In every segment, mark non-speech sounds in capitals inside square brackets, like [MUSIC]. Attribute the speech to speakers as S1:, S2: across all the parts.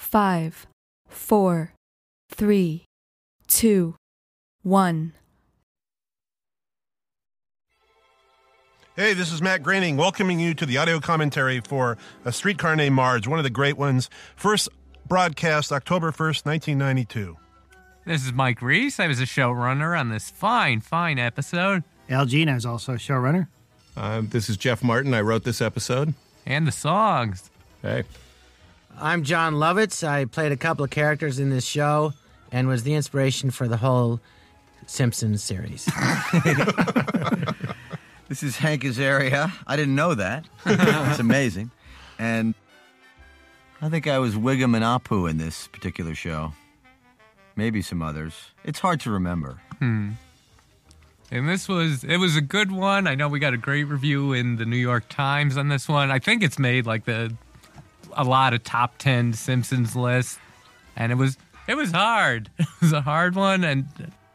S1: five, four, three, two, one.
S2: Hey, this is Matt Groening welcoming you to the audio commentary for A Streetcar Named Marge, one of the great ones. First broadcast October 1st, 1992.
S3: This is Mike Reese. I was a showrunner on this fine, fine episode
S4: Al Gino is also a showrunner.
S5: Um, this is Jeff Martin. I wrote this episode.
S3: and the songs.
S5: Hey.
S6: I'm John Lovitz. I played a couple of characters in this show and was the inspiration for the whole Simpsons series.
S7: [LAUGHS]
S8: This is Hank Azaria. I didn't know that. [LAUGHS] it's amazing. And I think I was Wiggum and Apu in this particular show. Maybe some others. It's hard to remember.
S3: And this was it was a good one. I know we got a great review in the New York Times on this one. I think it's made like the a lot of top 10 Simpsons lists. And it was it was hard. [LAUGHS] It was a hard one and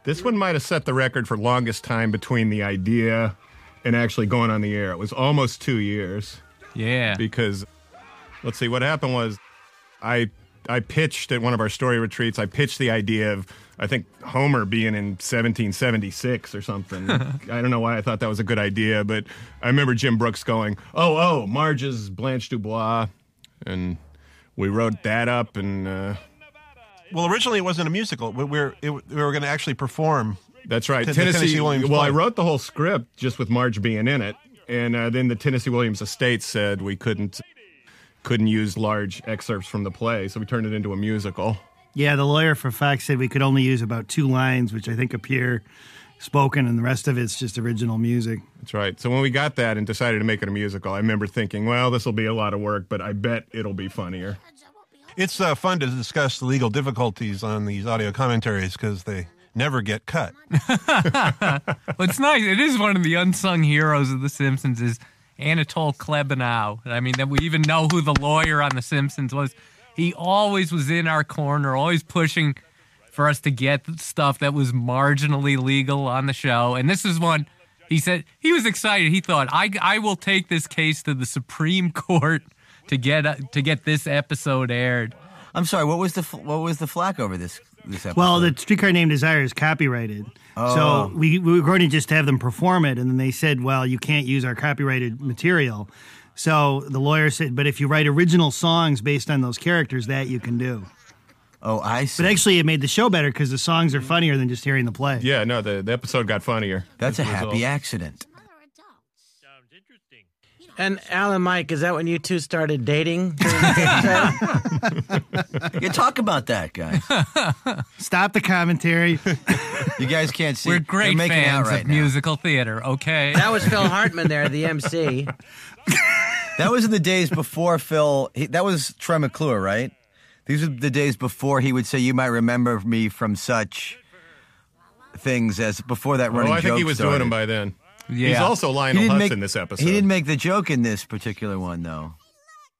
S9: This one might have set the record for longest time between the idea and actually going on the air. It was almost two years
S3: yeah.
S9: because, let's see, what happened was I I pitched at one of our story retreats. I pitched the idea of I think Homer being in 1776 or something. I don't know why I thought that was a good idea, but I remember Jim Brooks going, "Oh, oh, Marge's Blanche Dubois," and we wrote that up and. Uh,
S2: Well, originally it wasn't a musical. We, we're, it, we were going to actually perform.
S9: That's right.
S2: Ten- the
S9: Tennessee,
S2: Tennessee Williams
S9: Well, I
S2: play.
S9: wrote the whole script just with Marge being in it, and uh, then the Tennessee Williams estate said we couldn't couldn't use large excerpts from the play, so we turned it into a musical.
S4: Yeah, the lawyer for Fox said we could only use about two lines, which I think appear spoken, and the rest of it's just original music.
S9: That's right. So when we got that and decided to make it a musical, I remember thinking, well, this will be a lot of work, but I bet it'll be funnier.
S2: It's uh, fun to discuss the legal difficulties on these audio commentaries because they never get cut.
S3: Well, it's nice. It is one of the unsung heroes of The Simpsons is Anatole Klebanow. I mean, that we even know who the lawyer on The Simpsons was. He always was in our corner, always pushing for us to get stuff that was marginally legal on the show. And this is one he said he was excited. He thought, "I I will take this case to the Supreme [LAUGHS] Court to get to get this episode aired."
S8: I'm sorry. What was the fl- what was the flack over this this episode?
S4: Well, the streetcar named Desire is copyrighted.
S8: Oh.
S4: So we, we were going to just have them perform it, and then they said, well, you can't use our copyrighted material. So the lawyer said, but if you write original songs based on those characters, that you can do.
S8: oh, I see.
S4: But actually, it made the show better because the songs are funnier than just hearing the play.
S9: Yeah, no, the, the episode got funnier.
S8: That's a
S9: as result.
S8: happy accident.
S6: and Alan Mike, is that when you two
S7: [LAUGHS]
S6: started dating?
S8: You talk about that, guys.
S4: Stop the [LAUGHS] commentary.
S8: You
S3: [LAUGHS]
S8: guys can't see.
S3: We're
S8: They're
S3: great
S8: making
S3: fans
S8: out right
S3: of
S8: now.
S3: musical theater. Okay,
S6: that was Phil Hartman there, the MC.
S8: That was in the days before Phil. He, that was Troy McClure, right? These are the days before he would say, "You might remember me from such things as before that running
S9: Oh, I think
S8: joke
S9: he was
S8: started.
S9: doing them by then.
S3: yeah.
S9: He's also
S8: He
S9: Lionel
S8: didn't
S9: Hutz
S8: make
S9: in this episode.
S8: He didn't make the joke in this particular one, though.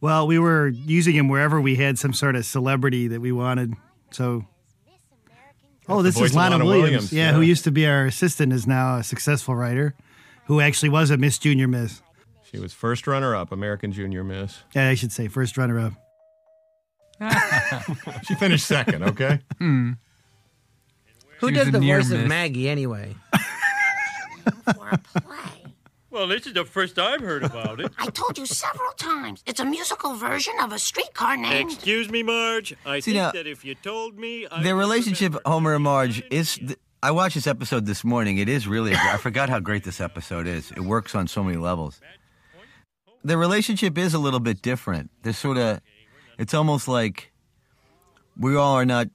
S4: Well, we were using him wherever we had some sort of celebrity that we wanted. So, oh, this
S9: voice
S4: is
S9: of
S4: Lana,
S9: Lana
S4: Williams.
S9: Williams,
S4: Yeah,
S9: yeah.
S4: who used to be our assistant is now a successful writer, who actually was a Miss Junior Miss.
S9: she was first runner up, American Junior Miss.
S4: Yeah, I should say first runner-up.
S9: She finished second, okay?
S6: Who
S3: She was
S6: does
S3: a
S6: the
S3: near
S6: voice of
S3: miss.
S6: Maggie anyway?
S10: for a play.
S11: [LAUGHS] Well, this is the first I've heard about it.
S10: [LAUGHS] I told you several times. It's a musical version of a streetcar named.
S11: Excuse me, Marge. I
S8: See,
S11: think
S8: now,
S11: that if you told me, I
S8: Their
S11: would
S8: relationship,
S11: remember.
S8: Homer and Marge, is. Th- I watched this episode this morning. It is really. I forgot how great this episode is. It works on so many levels. Their relationship is a little bit different. They're sort of. It's almost like we all are not.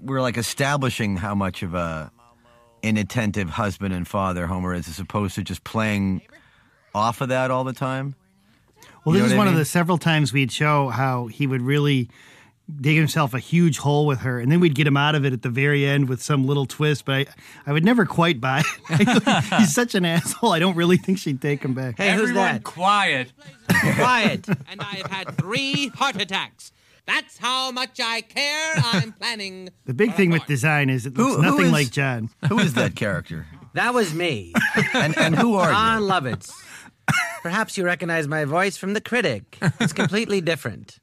S8: We're like establishing how much of a inattentive husband and father Homer is, as opposed to just playing off of that all the time.
S4: Well,
S8: You
S4: this
S8: know
S4: is
S8: what I
S4: one of
S8: mean?
S4: the several times we'd show how he would really dig himself a huge hole with her, and then we'd get him out of it at the very end with some little twist. But I, I would never quite buy it. [LAUGHS] He's such an [LAUGHS] asshole. I don't really think she'd take him back.
S6: Hey, who's
S3: everyone
S6: that?
S3: quiet.
S6: Quiet.
S7: [LAUGHS] and I have had three heart attacks. That's how much I care. I'm planning.
S4: The big thing with design is it
S8: Who-
S4: looks
S8: who
S4: nothing
S8: is-
S4: like John.
S8: Who is that character?
S6: [LAUGHS] That was me,
S8: And and who are you?
S7: [LAUGHS]
S6: John Lovitz. Perhaps you
S8: [LAUGHS]
S6: recognize my voice from The Critic. It's completely different.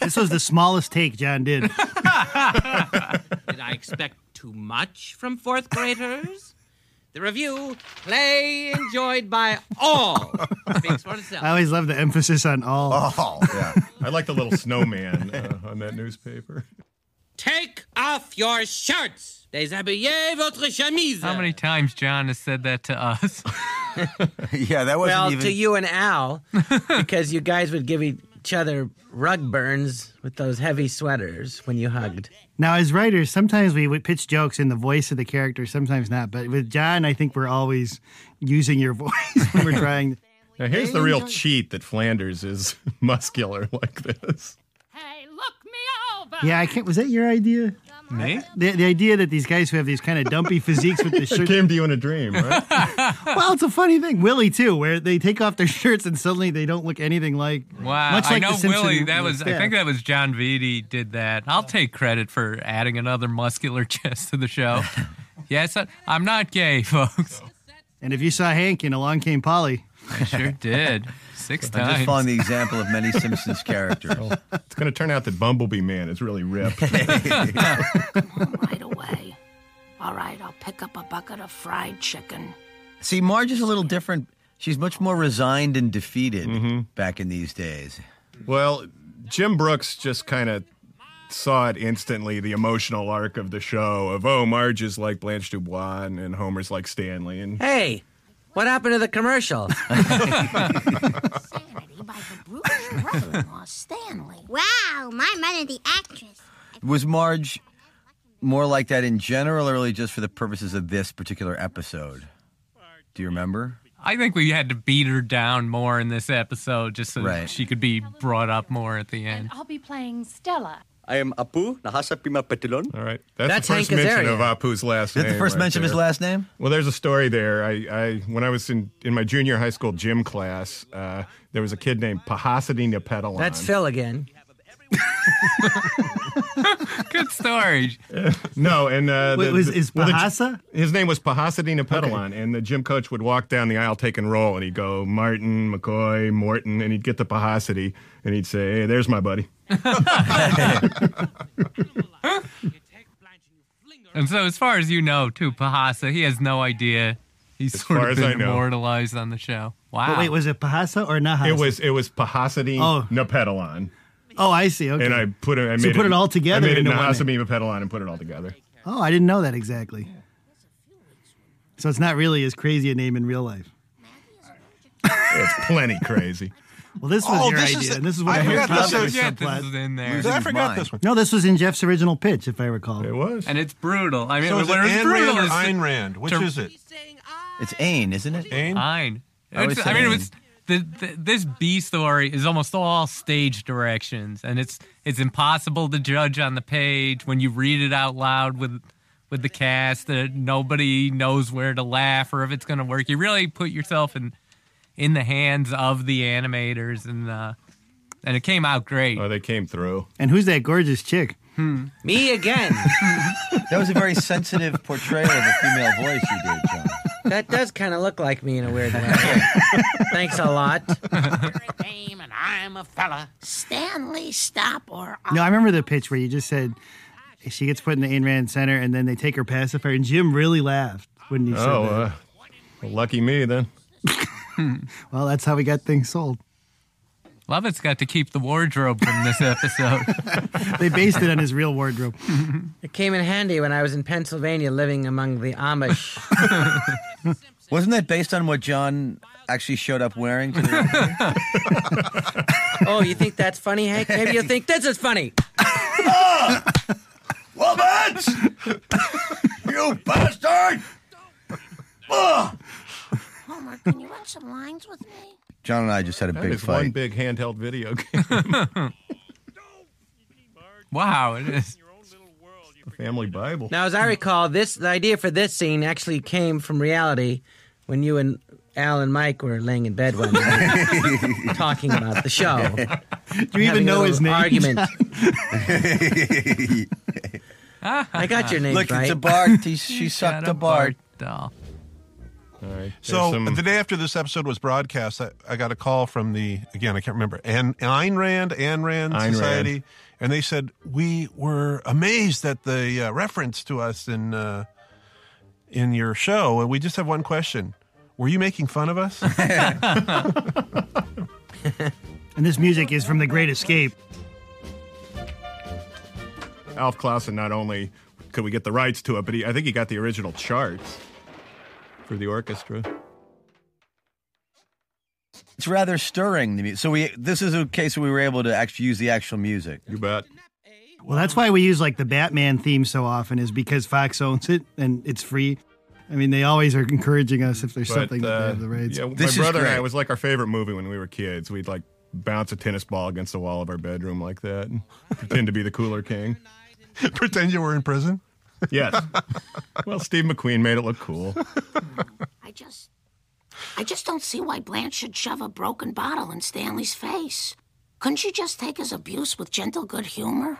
S4: This was the smallest take John did.
S7: Did I expect too much from fourth graders? The review, play enjoyed by all, speaks for itself.
S4: I always love the emphasis on all.
S9: Oh.
S7: All, yeah.
S9: I like the little snowman uh, on that newspaper.
S7: Take off your shirts. Déshabillez votre chemise.
S3: How many times John has said that to
S4: [LAUGHS]
S3: us?
S8: yeah,
S3: wasn't
S8: that
S6: well
S3: even-
S6: to you and Al because you guys would give each other rug burns with those heavy sweaters when you hugged.
S4: Now, as writers, sometimes we would pitch jokes in the voice of the character, sometimes not. But with John, I think we're always using your [LAUGHS] voice when we're trying.
S9: Now here's the real cheat that Flanders is [LAUGHS] muscular like this.
S4: Yeah, I can't. Was that your idea?
S3: Me?
S4: The, the idea that these guys who have these kind of dumpy physiques
S9: [LAUGHS]
S4: with the
S9: It
S4: shirt
S9: came to you in a dream, right?
S4: well, it's a funny thing, Willie too, where they take off their shirts and suddenly they don't look anything like.
S3: Wow,
S4: much like
S3: I know
S4: the Simpson
S3: Willie. That was I
S4: yeah.
S3: think that was John Vitti did that. I'll take credit for adding another muscular [LAUGHS] chest to the
S4: [LAUGHS]
S3: show. yes, I, I'm not gay, folks.
S4: And if you saw Hank and along came Polly,
S3: I sure did six
S8: I'm just
S3: times.
S8: following the example of many Simpsons
S9: [LAUGHS]
S8: characters.
S9: It's going to turn out that Bumblebee Man is really ripped.
S11: [LAUGHS]
S10: right away. All right, I'll pick up a bucket of fried chicken.
S8: See, Marge is a little different. She's much more resigned and defeated
S9: Mm-hmm.
S8: back in these days.
S9: [LAUGHS] Well, Jim Brooks just kind of saw it instantly the emotional arc of the show of oh Marge is like Blanche Dubois and, and Homer's like Stanley and
S6: Hey, what happened to the commercial?
S10: Brother-in-law Stanley.
S12: Wow, my mother the actress.
S8: Was Marge more like that in general, or really just for the purposes of this particular episode? Do you remember?
S3: I think we had to beat her down more in this episode just so
S8: Right.
S3: she could be brought up more at the end.
S13: I'll be playing Stella.
S5: I am Apu Nahasa Prima Petilon.
S9: All right. That's, the first mention of Apu's last
S8: That's
S9: name.
S8: the first
S9: right
S8: mention of his
S9: there.
S8: last name?
S9: Well, there's a story there. I, I when I was in, in my junior high school gym class, uh, there was a kid named Pahasadina Petalon.
S6: That's Phil again.
S3: Good story.
S9: no, and uh,
S4: Wait, was- is
S9: the-
S4: Pahasa?
S9: his name was Pahasadina Petalon, and the gym coach would walk down the aisle, take and roll, and he'd go Martin, McCoy, Morton, and he'd get the Pahasadi, and he'd say, "Hey, there's my buddy."
S3: And so, as far as you know, too, Pahasa, he has no idea. He's sort
S9: far
S3: of
S9: as I
S3: been
S9: know.
S3: immortalized on the show. Wow.
S4: But wait, was it Pahasa or Nahasa?
S9: It was it was Pahasadi
S4: Oh.
S9: Napetalon,
S4: Oh, I see. Okay.
S9: and I put it. I made
S4: So put it all together
S9: I made it
S4: into one
S9: Nahasadi Napetalon and put it all together.
S4: oh, I didn't know that exactly. So it's not really as crazy a name in real life.
S9: It's plenty crazy.
S4: Well, this was
S2: Oh,
S4: your
S2: this is
S4: idea,
S2: the-
S4: and this is
S2: I
S4: what I, heard
S2: forgot this
S4: Pahasa
S2: was-
S4: was
S2: yeah,
S4: subplot.
S3: this is in there.
S2: I forgot this one.
S4: No, this was in Jeff's original pitch, if I recall. It
S9: was.
S3: And it's brutal. I mean,
S2: So is it
S3: what
S2: Ayn
S3: brutal
S2: Rand or
S3: is
S2: Ayn Rand? Which
S3: to-
S2: is it?
S8: It's Ain, isn't it?
S2: Ain.
S3: Ayn.
S8: I always
S3: It's- I
S8: say
S3: mean, it
S8: Ayn.
S3: was the, the, this B story is almost all stage directions, and it's it's impossible to judge on the page when you read it out loud with with the cast. That nobody knows where to laugh or if it's going to work. You really put yourself in in the hands of the animators, and uh, and it came out great.
S9: Oh, they came through.
S4: And who's that gorgeous chick?
S6: Me again.
S8: That was a very sensitive portrayal of a female voice you did, John.
S6: That does kind of look like me in a weird
S4: [LAUGHS]
S6: way. Thanks a lot.
S10: Name and I'm a fella. Stanley, stop or
S4: No, I remember the pitch where you just said she gets put in the Ayn Rand Center, and then they take her pacifier, and Jim really laughed when you said
S9: Oh,
S4: that.
S9: uh, well, lucky me then.
S4: well, that's how we got things sold.
S3: Lovett's got to keep the wardrobe from this episode. [LAUGHS]
S4: They based it on his real wardrobe.
S6: It came in handy when I was in Pennsylvania living among
S4: [LAUGHS]
S6: the Amish.
S8: Wasn't that based on what John actually showed up wearing? to
S9: [LAUGHS]
S8: the-
S6: oh, you think that's funny, Hank? Maybe you think this is funny.
S8: Woman! [LAUGHS] you bastard! Ugh!
S10: Homer, can you run some lines with me?
S8: John and I just had a
S9: That
S8: big
S9: is one
S8: fight. [LAUGHS]
S9: big handheld video game.
S3: wow, it is.
S9: Family Bible.
S6: Now, as
S4: Hmm.
S6: I recall, this the idea for this scene actually came from reality when you and Al and Mike were laying in bed
S4: [LAUGHS]
S6: one night talking about the show.
S4: Do you even
S6: Having a
S4: know
S6: little
S4: his name?
S6: Argument.
S3: I
S6: got your name
S8: Look,
S4: [LAUGHS]
S6: right.
S9: [LAUGHS]
S8: it's a Bart. He, she sucked a Bart.
S3: doll.
S9: All right.
S2: So
S9: There's some-
S2: the day after this episode was broadcast, I, I got a call from the again I can't remember An, Ayn Rand, Ayn Rand
S9: Ayn Rand.
S2: Society, and they said we were amazed at the uh, reference to us in uh, in your show, and we just have one question: Were you making fun of us?
S4: And this music is from The Great Escape.
S9: Alf Clausen not only could we get the rights to it, but he, I think he got the original charts for the orchestra.
S8: It's rather stirring. The mu- so we this is a case where we were able to actually use the actual music.
S9: You bet.
S4: Well, that's why we use like the Batman theme so often is because Fox owns it and it's free. I mean, they always are encouraging us if there's
S9: But,
S4: something that they
S9: uh,
S4: have the rights.
S9: Yeah, my brother and I it was like our favorite movie when we were kids. We'd like bounce a tennis ball against the wall of our bedroom like that and pretend to be the cooler king.
S2: pretend you were in prison?
S9: Yes. Well, Steve McQueen made it look cool.
S10: I just. I just don't see why Blanche should shove a broken bottle in Stanley's face. Couldn't she just take his abuse with gentle good humor?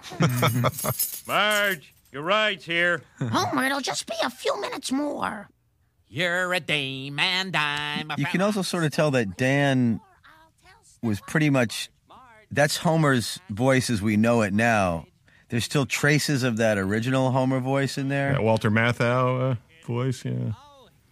S11: Marge, your ride's here.
S10: Homer, it'll just be a few minutes more.
S7: You're a dame and I'm a
S8: You can also sort of tell that Dan was pretty much that's Homer's voice as we know it now. There's still traces of that original Homer voice in there.
S9: That Walter Matthau uh, voice, yeah. [LAUGHS]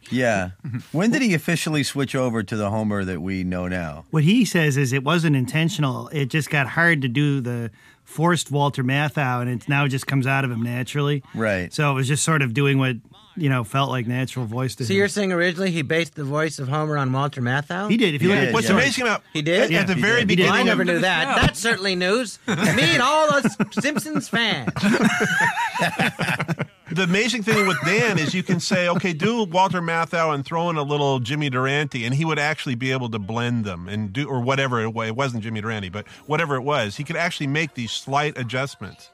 S8: Yeah. When did he officially switch over to the Homer that we know now?
S4: What he says is it wasn't intentional. It just got hard to do the forced Walter Matthau, and it now just comes out of him naturally.
S8: Right.
S4: So it was just sort of doing what you know felt like natural voice to
S6: So
S4: him.
S6: you're saying originally he based the voice of Homer on Walter Matthau?
S4: He did. If you look at
S2: What's amazing about
S6: He
S2: at,
S6: did?
S2: at the very beginning,
S6: I never
S2: of-
S6: knew that. That's certainly news. Me and all us Simpsons fans.
S2: the amazing thing with Dan is you can say, okay, do Walter Matthau and throw in a little Jimmy Durante, and he would actually be able to blend them and do, or whatever it was. It wasn't Jimmy Durante, but whatever it was, he could actually make these slight adjustments.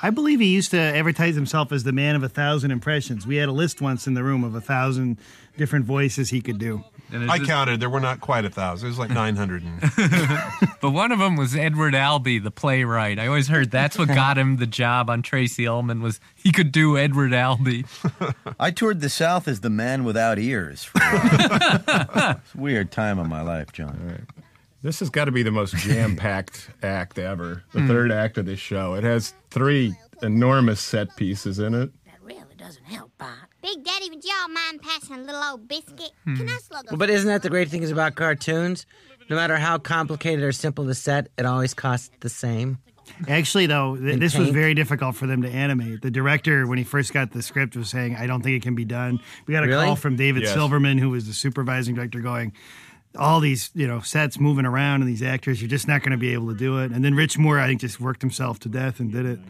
S4: I believe he used to advertise himself as the man of a thousand impressions. We had a list once in the room of a thousand different voices he could do.
S2: I counted; there were not quite a thousand. It was like nine hundred.
S3: But one of them was Edward Albee, the playwright. I always heard that's what got him the job on Tracy Ullman was he could do Edward Albee.
S8: I toured the South as the man without ears. For a
S9: [LAUGHS]
S8: while. it's a weird time of my life, John.
S9: This has got to be the most jam packed act ever. The
S8: Hmm.
S9: third act of this show. It has three enormous set pieces in it.
S12: Big Daddy, would y'all mind passing a little old biscuit?
S8: Hmm.
S12: Can I slug a
S6: But isn't that the great thing is about cartoons? No matter how complicated or simple the set, it always costs the same.
S4: Actually, though, th-
S6: And
S4: this was
S6: paint.
S4: very difficult for them to animate. The director, when he first got the script, was saying, I don't think it can be done. We got a
S6: Really?
S4: call from David
S6: Yes.
S4: Silverman, who was the supervising director, going, all these, you know, sets moving around and these actors, you're just not going to be able to do it. And then Rich Moore, I think, just worked himself to death and did it.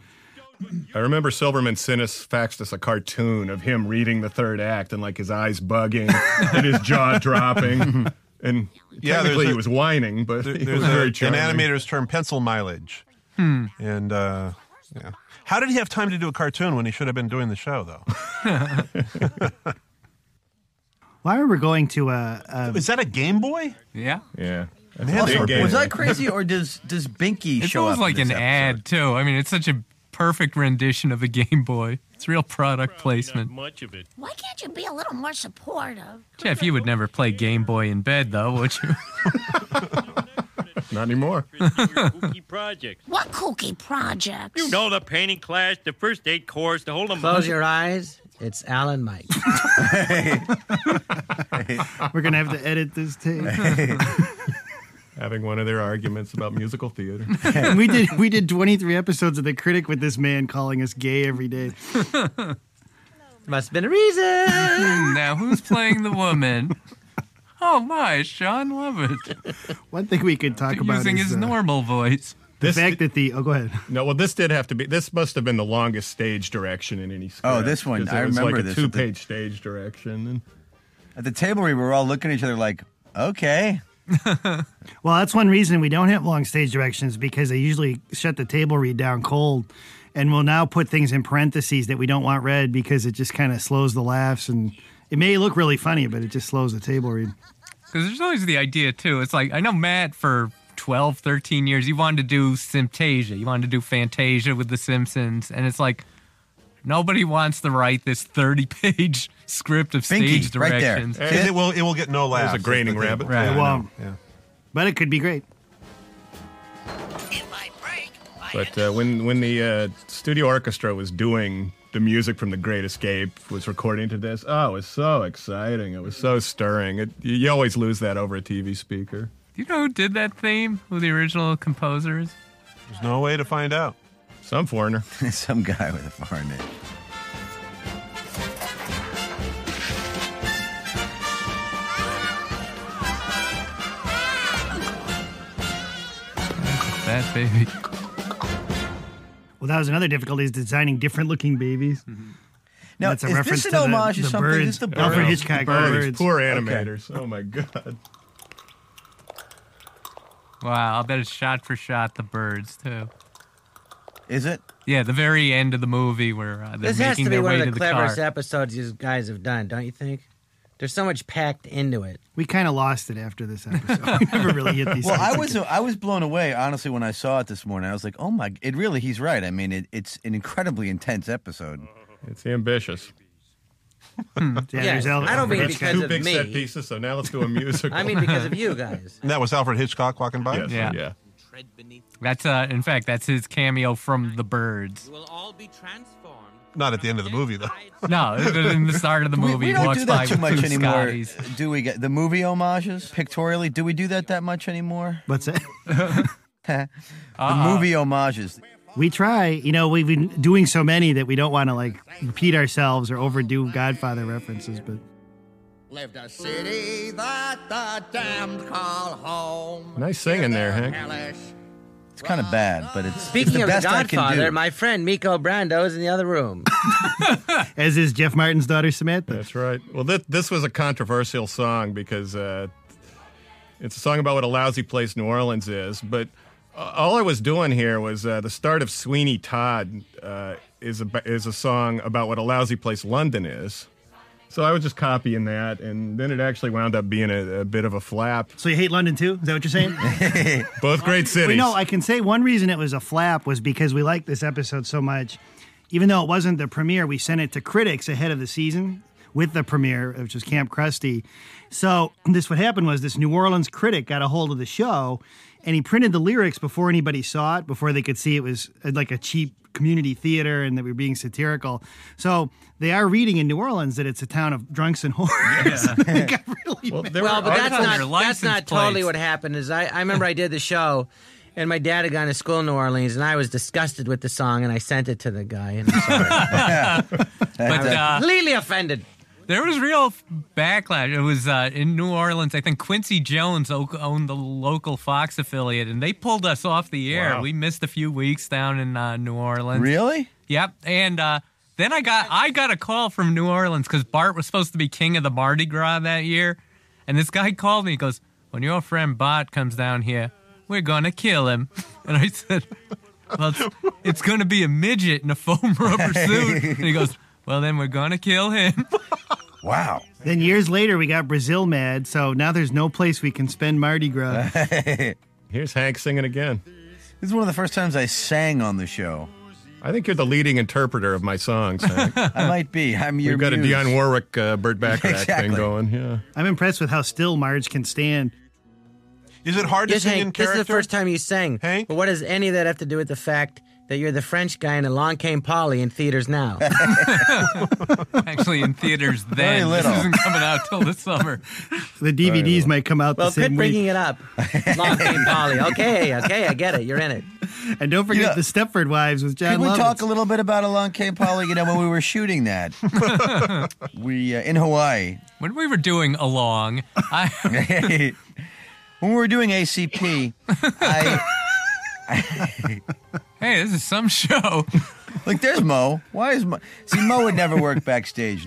S9: I remember Silverman sent us, faxed us a cartoon of him reading the third act and like his eyes bugging and his jaw dropping. And
S2: Yeah, there's
S9: technically
S2: a-
S9: he was whining,
S2: [LAUGHS]
S9: but
S2: There-
S9: he
S2: there's
S9: was very
S2: a, an
S9: charming.
S2: animator's term, pencil mileage,
S9: Hmm.
S2: and uh, yeah. How did he have time to do a cartoon when he should have been doing the show, though?
S4: Well, I remember going to uh, um, a. a
S2: Is that a Game Boy?
S3: [LAUGHS] Yeah.
S9: Yeah.
S8: Also, was I crazy or does does Binky
S3: It
S8: show
S3: feels
S8: up?
S3: like
S8: in
S3: an
S8: this episode?
S3: ad too. I mean, it's such a perfect rendition of a Game Boy. It's real product placement.
S11: Much of it.
S10: Why can't you be a little more supportive?
S3: Jeff, you would never play Game Boy in bed, though, would you?
S9: Not anymore.
S11: Key projects.
S10: What kooky projects?
S11: You know the painting class, the first aid course, the whole.
S6: Close your eyes. It's Alan Mike.
S4: [LAUGHS] We're going to have to edit this
S6: [LAUGHS]
S4: tape.
S9: Having one of their arguments about musical theater.
S4: we did we did 23 episodes of The Critic with this man calling us gay every day.
S6: Must have been a reason.
S3: [LAUGHS] now, who's playing the woman? [LAUGHS] Oh my, Sean Lovett.
S4: One thing we could talk about
S3: using
S4: is,
S3: his
S4: uh,
S3: normal voice.
S4: The fact that the oh, go ahead.
S9: No, well, this did have to be. This must have been the longest stage direction in any. Script,
S8: Oh, this one.
S9: 'cause it
S8: I
S9: was
S8: remember
S9: like a
S8: this.
S9: two-page stage direction. And...
S8: At the table, we were all looking at each other like, okay. [LAUGHS]
S4: Well, that's one reason we don't have long stage directions because they usually shut the table read down cold, and we'll now put things in parentheses that we don't want read because it just kind of slows the laughs and it may look really funny, but it just slows the table read.
S3: Because there's always the idea, too. It's like, I know Matt for 12, 13 years, he wanted to do Simtasia. He wanted to do Fantasia with The Simpsons. And it's like, Nobody wants to write this 30 page [LAUGHS] script of
S2: Binky,
S3: stage
S2: right there.
S3: directions.
S2: And it will- it will get no There's laughs, a grating that's the thing. rabbit. Right.
S4: It
S2: Yeah, I
S4: won't. But it could be great.
S9: But uh, when when the uh, studio orchestra was doing the music from The Great Escape, was recording to this, oh, it was so exciting. It was so stirring. It, you- you always lose that over a TV speaker.
S3: Do you know who did that theme? Who the original composer is?
S2: There's no way to find out.
S9: Some foreigner.
S8: Some guy with a foreign name.
S3: That baby. [LAUGHS]
S4: Well, that was another difficulty is designing different looking babies.
S2: Mm-hmm.
S8: Now,
S4: That's a
S8: is this
S4: reference
S8: an
S4: to the-
S8: homage to
S4: the
S8: something?
S4: Birds,
S8: Is the
S4: Alfred
S8: birds-
S4: Hitchcock
S9: Birds,
S4: birds.
S9: Poor animators. Oh my god.
S3: Wow, I'll bet it's shot for shot the birds, too.
S8: Is it?
S3: Yeah, the very end of the movie where uh, they're
S6: This has
S3: making
S6: to be
S3: their
S6: one
S3: way
S6: of
S3: to
S6: the,
S3: the car.
S6: cleverest episodes you guys have done, don't you think? There's so much packed into it.
S4: We kind of lost it after this episode. [LAUGHS] we never really hit these.
S8: Well, I
S4: things
S8: was I was blown away honestly when I saw it this morning. I was like, oh my! It really, he's right. I mean, it, it's an incredibly intense episode.
S9: It's ambitious.
S4: yeah,
S6: Yes, I don't mean because
S9: two
S6: of
S9: big
S6: me.
S9: set pieces, so now let's
S6: [LAUGHS]
S9: do a musical.
S6: I mean because of you
S2: [LAUGHS]
S6: guys.
S2: And that was Alfred Hitchcock walking by?
S9: Yes,
S3: Yeah. yeah. That's uh, in fact, that's his cameo from The Birds.
S2: Not at the end of the movie, though.
S3: No, in the start of the
S8: [LAUGHS] We-
S3: movie,
S8: we,
S3: he
S8: don't
S3: walks
S8: do
S3: by
S8: that too
S3: with
S8: much
S3: two
S8: anymore.
S3: Scotties.
S8: Do we get the movie homages pictorially? Do we do that that much anymore?
S4: What's that?
S8: the
S6: Uh-huh.
S4: Uh-uh.
S8: movie homages.
S4: We try, you know, we've been doing so many that we don't want to like repeat ourselves or overdo Godfather references, but
S13: Lived a city that the damned call home.
S9: Nice singing there, Hank.
S13: Hellish.
S8: It's kind of bad, but it's
S6: Speaking
S8: it's the
S6: of
S8: best
S6: the
S8: I can do.
S6: Godfather, my friend Miko Brando is in the other room.
S4: as is Jeff Martin's daughter Samantha.
S9: That's right. Well, this, this was a controversial song because uh, it's a song about what a lousy place New Orleans is. But uh, all I was doing here was uh, the start of Sweeney Todd uh, is, a, is a song about what a lousy place London is. So I was just copying that, and then it actually wound up being a, a bit of a flap.
S4: So you hate London too? Is that what you're saying?
S9: Both great cities.
S4: Well, no, I can say one reason it was a flap was because we liked this episode so much. Even though it wasn't the premiere, we sent it to critics ahead of the season with the premiere, which was Camp Krusty. So this what happened was this New Orleans critic got a hold of the show, and he printed the lyrics before anybody saw it, before they could see it was uh, like a cheap community theater and that we were being satirical. So they are reading in New Orleans that it's a town of drunks and whores. [LAUGHS] They got really mad.
S6: well, but that's not that's not totally what happened. Is I, I remember I did the show, and my dad had gone to school in New Orleans, and I was disgusted with the song, and I sent it to the guy,
S3: [LAUGHS]
S6: and I'm sorry. I
S3: But,
S6: was
S3: uh,
S6: completely offended.
S3: There was real backlash. It was uh, in New Orleans. I think Quincy Jones o- owned the local Fox affiliate, and they pulled us off the air.
S8: Wow.
S3: We missed a few weeks down in uh, New Orleans.
S8: Really?
S3: Yep. And uh, then I got I got a call from New Orleans because Bart was supposed to be king of the Mardi Gras that year, and this guy [LAUGHS] called me. He goes, "When your friend Bart comes down here, we're gonna kill him." [LAUGHS] And I said, "Well, it's, it's gonna be a midget in a foam [LAUGHS] rubber suit." And he goes, "Well, then we're gonna kill him." [LAUGHS]
S8: Wow.
S4: Then years later, we got Brazil mad, so now there's no place we can spend Mardi Gras.
S9: Here's Hank singing again.
S8: This is one of the first times I sang on
S6: [LAUGHS]
S8: the show.
S9: I think you're the leading interpreter of my songs. Hank.
S8: I might be. I'm your
S9: We've got
S8: muse.
S9: a Dionne Warwick, uh, Burt Bacharach
S8: Exactly.
S9: thing going. Yeah.
S4: I'm impressed with how still Marge can stand.
S2: Is it hard
S6: Yes, Hank, This is the first time you sang. But what does any of that have to do with the fact that you're the French guy in Along Came Polly in
S3: [LAUGHS]
S6: theaters now?
S3: Actually, in theaters then.
S6: Very little.
S3: This isn't coming out till the summer.
S4: The DVDs might come out
S6: well,
S4: the same
S6: quit
S4: week.
S6: bringing it up. [LAUGHS] Along Came Polly. Okay, okay, I get it. You're in it.
S4: And don't forget the Stepford Wives with John
S8: Could we
S4: Lovitz.
S8: talk a little bit about Along Came Polly? You know, when we were
S6: [LAUGHS]
S8: shooting that, we uh, in Hawaii. [LAUGHS]
S3: When we were doing Along,
S8: I... when we were doing ACP, I.
S3: [LAUGHS] hey, this is some show. [LAUGHS]
S8: Look, there's Mo. Why is Mo? See, Mo would never work backstage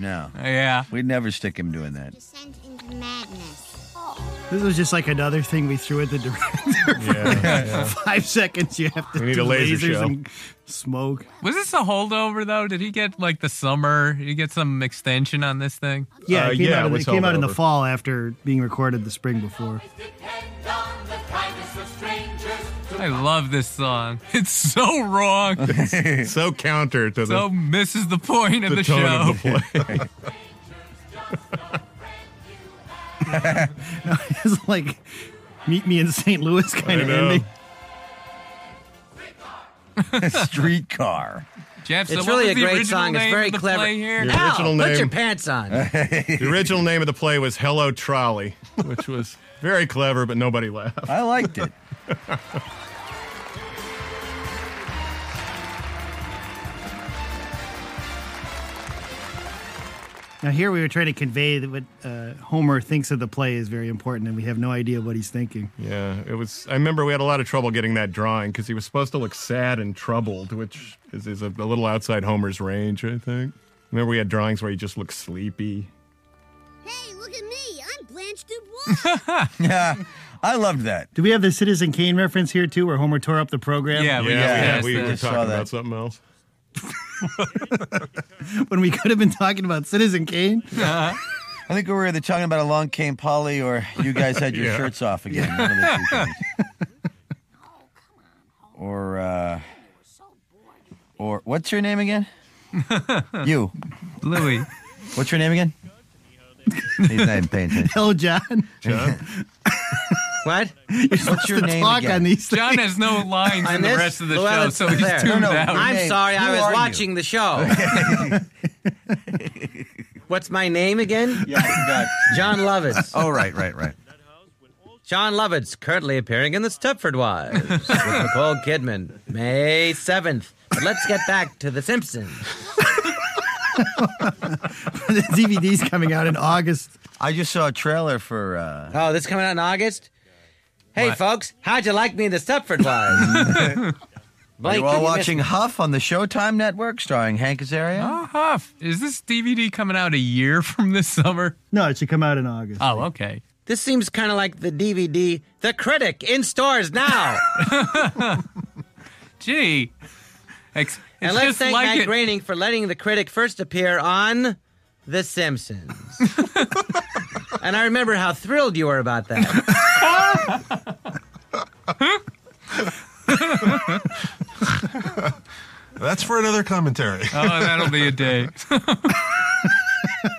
S6: [LAUGHS]
S8: now.
S3: Yeah,
S8: we'd never stick him doing that. [LAUGHS]
S4: This was just like another thing we threw at the [LAUGHS] director. for
S8: Yeah, yeah.
S4: Five seconds, you have to
S3: We need a
S4: do
S3: laser
S4: lasers
S3: show. Uh,
S4: and smoke.
S3: Was this a holdover though? Did he get like the summer? Did he get some extension on this thing?
S4: Yeah, it came, out, in, it came out in the fall after being recorded the spring before. [LAUGHS]
S13: Depend on the kindness of strangers
S3: I love this song. [LAUGHS] It's so wrong.
S9: so counter to
S3: so
S9: the
S3: misses the point of the,
S9: the
S3: show.
S9: tone of the [LAUGHS] play.
S4: it's like meet me in St. Louis kind
S9: I
S4: of
S9: know.
S4: ending.
S8: Streetcar.
S3: [LAUGHS] Jeff, so
S6: it's
S3: what
S6: really
S3: was
S6: a
S3: the
S6: great
S3: original
S6: song. It's
S3: name
S6: very
S3: of the
S6: clever.
S3: play here?
S9: The
S6: Al,
S9: original
S6: put
S9: name-
S6: your pants
S9: [LAUGHS]
S6: on.
S9: the original name of the play was Hello Trolley, which was very clever, but nobody laughed.
S8: I liked it.
S4: Now here we were trying to convey that what uh, Homer thinks of the play is very important, and we have no idea what he's thinking.
S9: Yeah, it was. I remember we had a lot of trouble getting that drawing because he was supposed to look sad and troubled, which is, is a, a little outside Homer's range, I think. Remember we had drawings where he just looked sleepy.
S12: Hey, look at me. I'm Blanche Dubois.
S11: [LAUGHS]
S8: yeah, I loved that.
S4: Do we have the Citizen Kane reference here too, where Homer tore up the program?
S3: Yeah, we-
S9: yeah,
S3: yes,
S9: we,
S3: uh,
S9: were
S8: saw
S9: talking
S8: that.
S9: about something else.
S4: [LAUGHS] when we could have been talking about Citizen Kane.
S8: I think we were either talking about Along Came Polly or you guys
S6: [LAUGHS]
S8: had your
S9: Yeah.
S8: shirts off again. One of the two things.
S6: Oh,
S8: or, uh, or what's your name again? you.
S3: Louis.
S8: What's your
S6: [LAUGHS]
S8: name again? He's not even paying attention.
S4: Hell, John.
S6: What?
S8: What's your
S4: to
S8: name
S4: talk
S8: again?
S4: on these
S3: [LAUGHS]
S4: things.
S3: John has
S6: [LAUGHS]
S3: no lines
S6: On
S3: in the
S6: this?
S3: rest of the
S6: Llewellyn
S3: show, so he's
S6: Sinclair.
S3: tuned
S8: No, no,
S3: out.
S6: I'm
S8: name.
S6: sorry,
S8: Who
S6: I
S8: are
S6: was
S8: you?
S6: watching the
S8: [LAUGHS]
S6: show. What's my name again?
S8: Yeah, I forgot.
S6: [LAUGHS] John Lovitz.
S8: [LAUGHS] Oh, right, right, right.
S6: John Lovitz, currently appearing in The Stepford Wives with Nicole Kidman, May 7th. But let's get back to The Simpsons.
S4: [LAUGHS] the DVD's coming out in August.
S8: I just saw a trailer for. Uh,
S6: Oh, this coming out in August? Hey, folks, how'd you like me in The Stepford Wives?
S8: [LAUGHS] are
S6: Blake,
S8: you
S6: did
S8: all
S6: miss
S8: watching
S6: me?
S8: Huff on the Showtime network starring Hank Azaria?
S3: Oh, Huff, is this DVD coming out a year [LAUGHS] from this summer?
S4: No, it should come out in August.
S3: Oh, okay.
S6: This seems kind of like the DVD The Critic in stores now.
S3: Gee. Ex-
S6: and
S3: it's
S6: let's
S3: just
S6: thank
S3: like
S6: Matt
S3: it-
S6: Groening for letting The Critic first appear on The
S3: [LAUGHS]
S6: Simpsons. and I remember how thrilled you were about that.
S2: That's for another commentary.
S3: Oh, that'll be a day. [LAUGHS]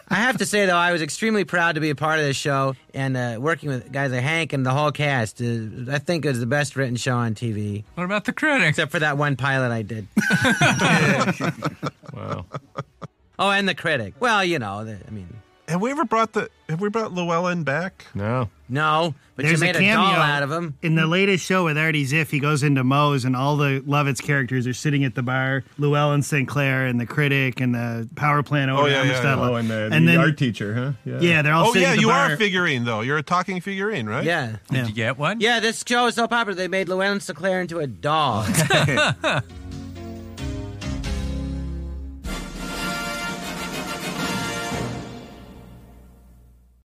S6: I have to say though, I was extremely proud to be a part of this show and uh, working with guys like Hank and the whole cast. Uh, I think it was the best written show on TV,
S3: what about the critics?
S6: except for that one pilot I did.
S9: Wow.
S6: Oh, and the critic. Well, you know, the, I mean,
S2: Have we ever brought the? Have we brought Llewellyn back?
S9: No.
S6: no, but
S4: There's
S6: you made
S4: a
S6: a,
S4: cameo
S6: doll out of him.
S4: In the latest show with Artie Ziff, he goes into Moe's, and all the Lovitz characters are sitting at the bar. Llewellyn Sinclair and the critic and the power plant owner.
S2: Oh, yeah, yeah,
S4: Amistad.
S2: yeah.
S9: Oh, and the,
S4: And
S9: the
S4: then-
S9: art teacher, huh?
S4: Yeah, they're all
S2: oh
S4: sitting
S2: yeah,
S4: at the
S2: you
S4: bar.
S2: are a figurine though. You're a talking figurine, right?
S6: Yeah.
S3: Did you get one?
S4: [LAUGHS]
S6: Yeah, this show is so popular they made Llewellyn Sinclair into a doll.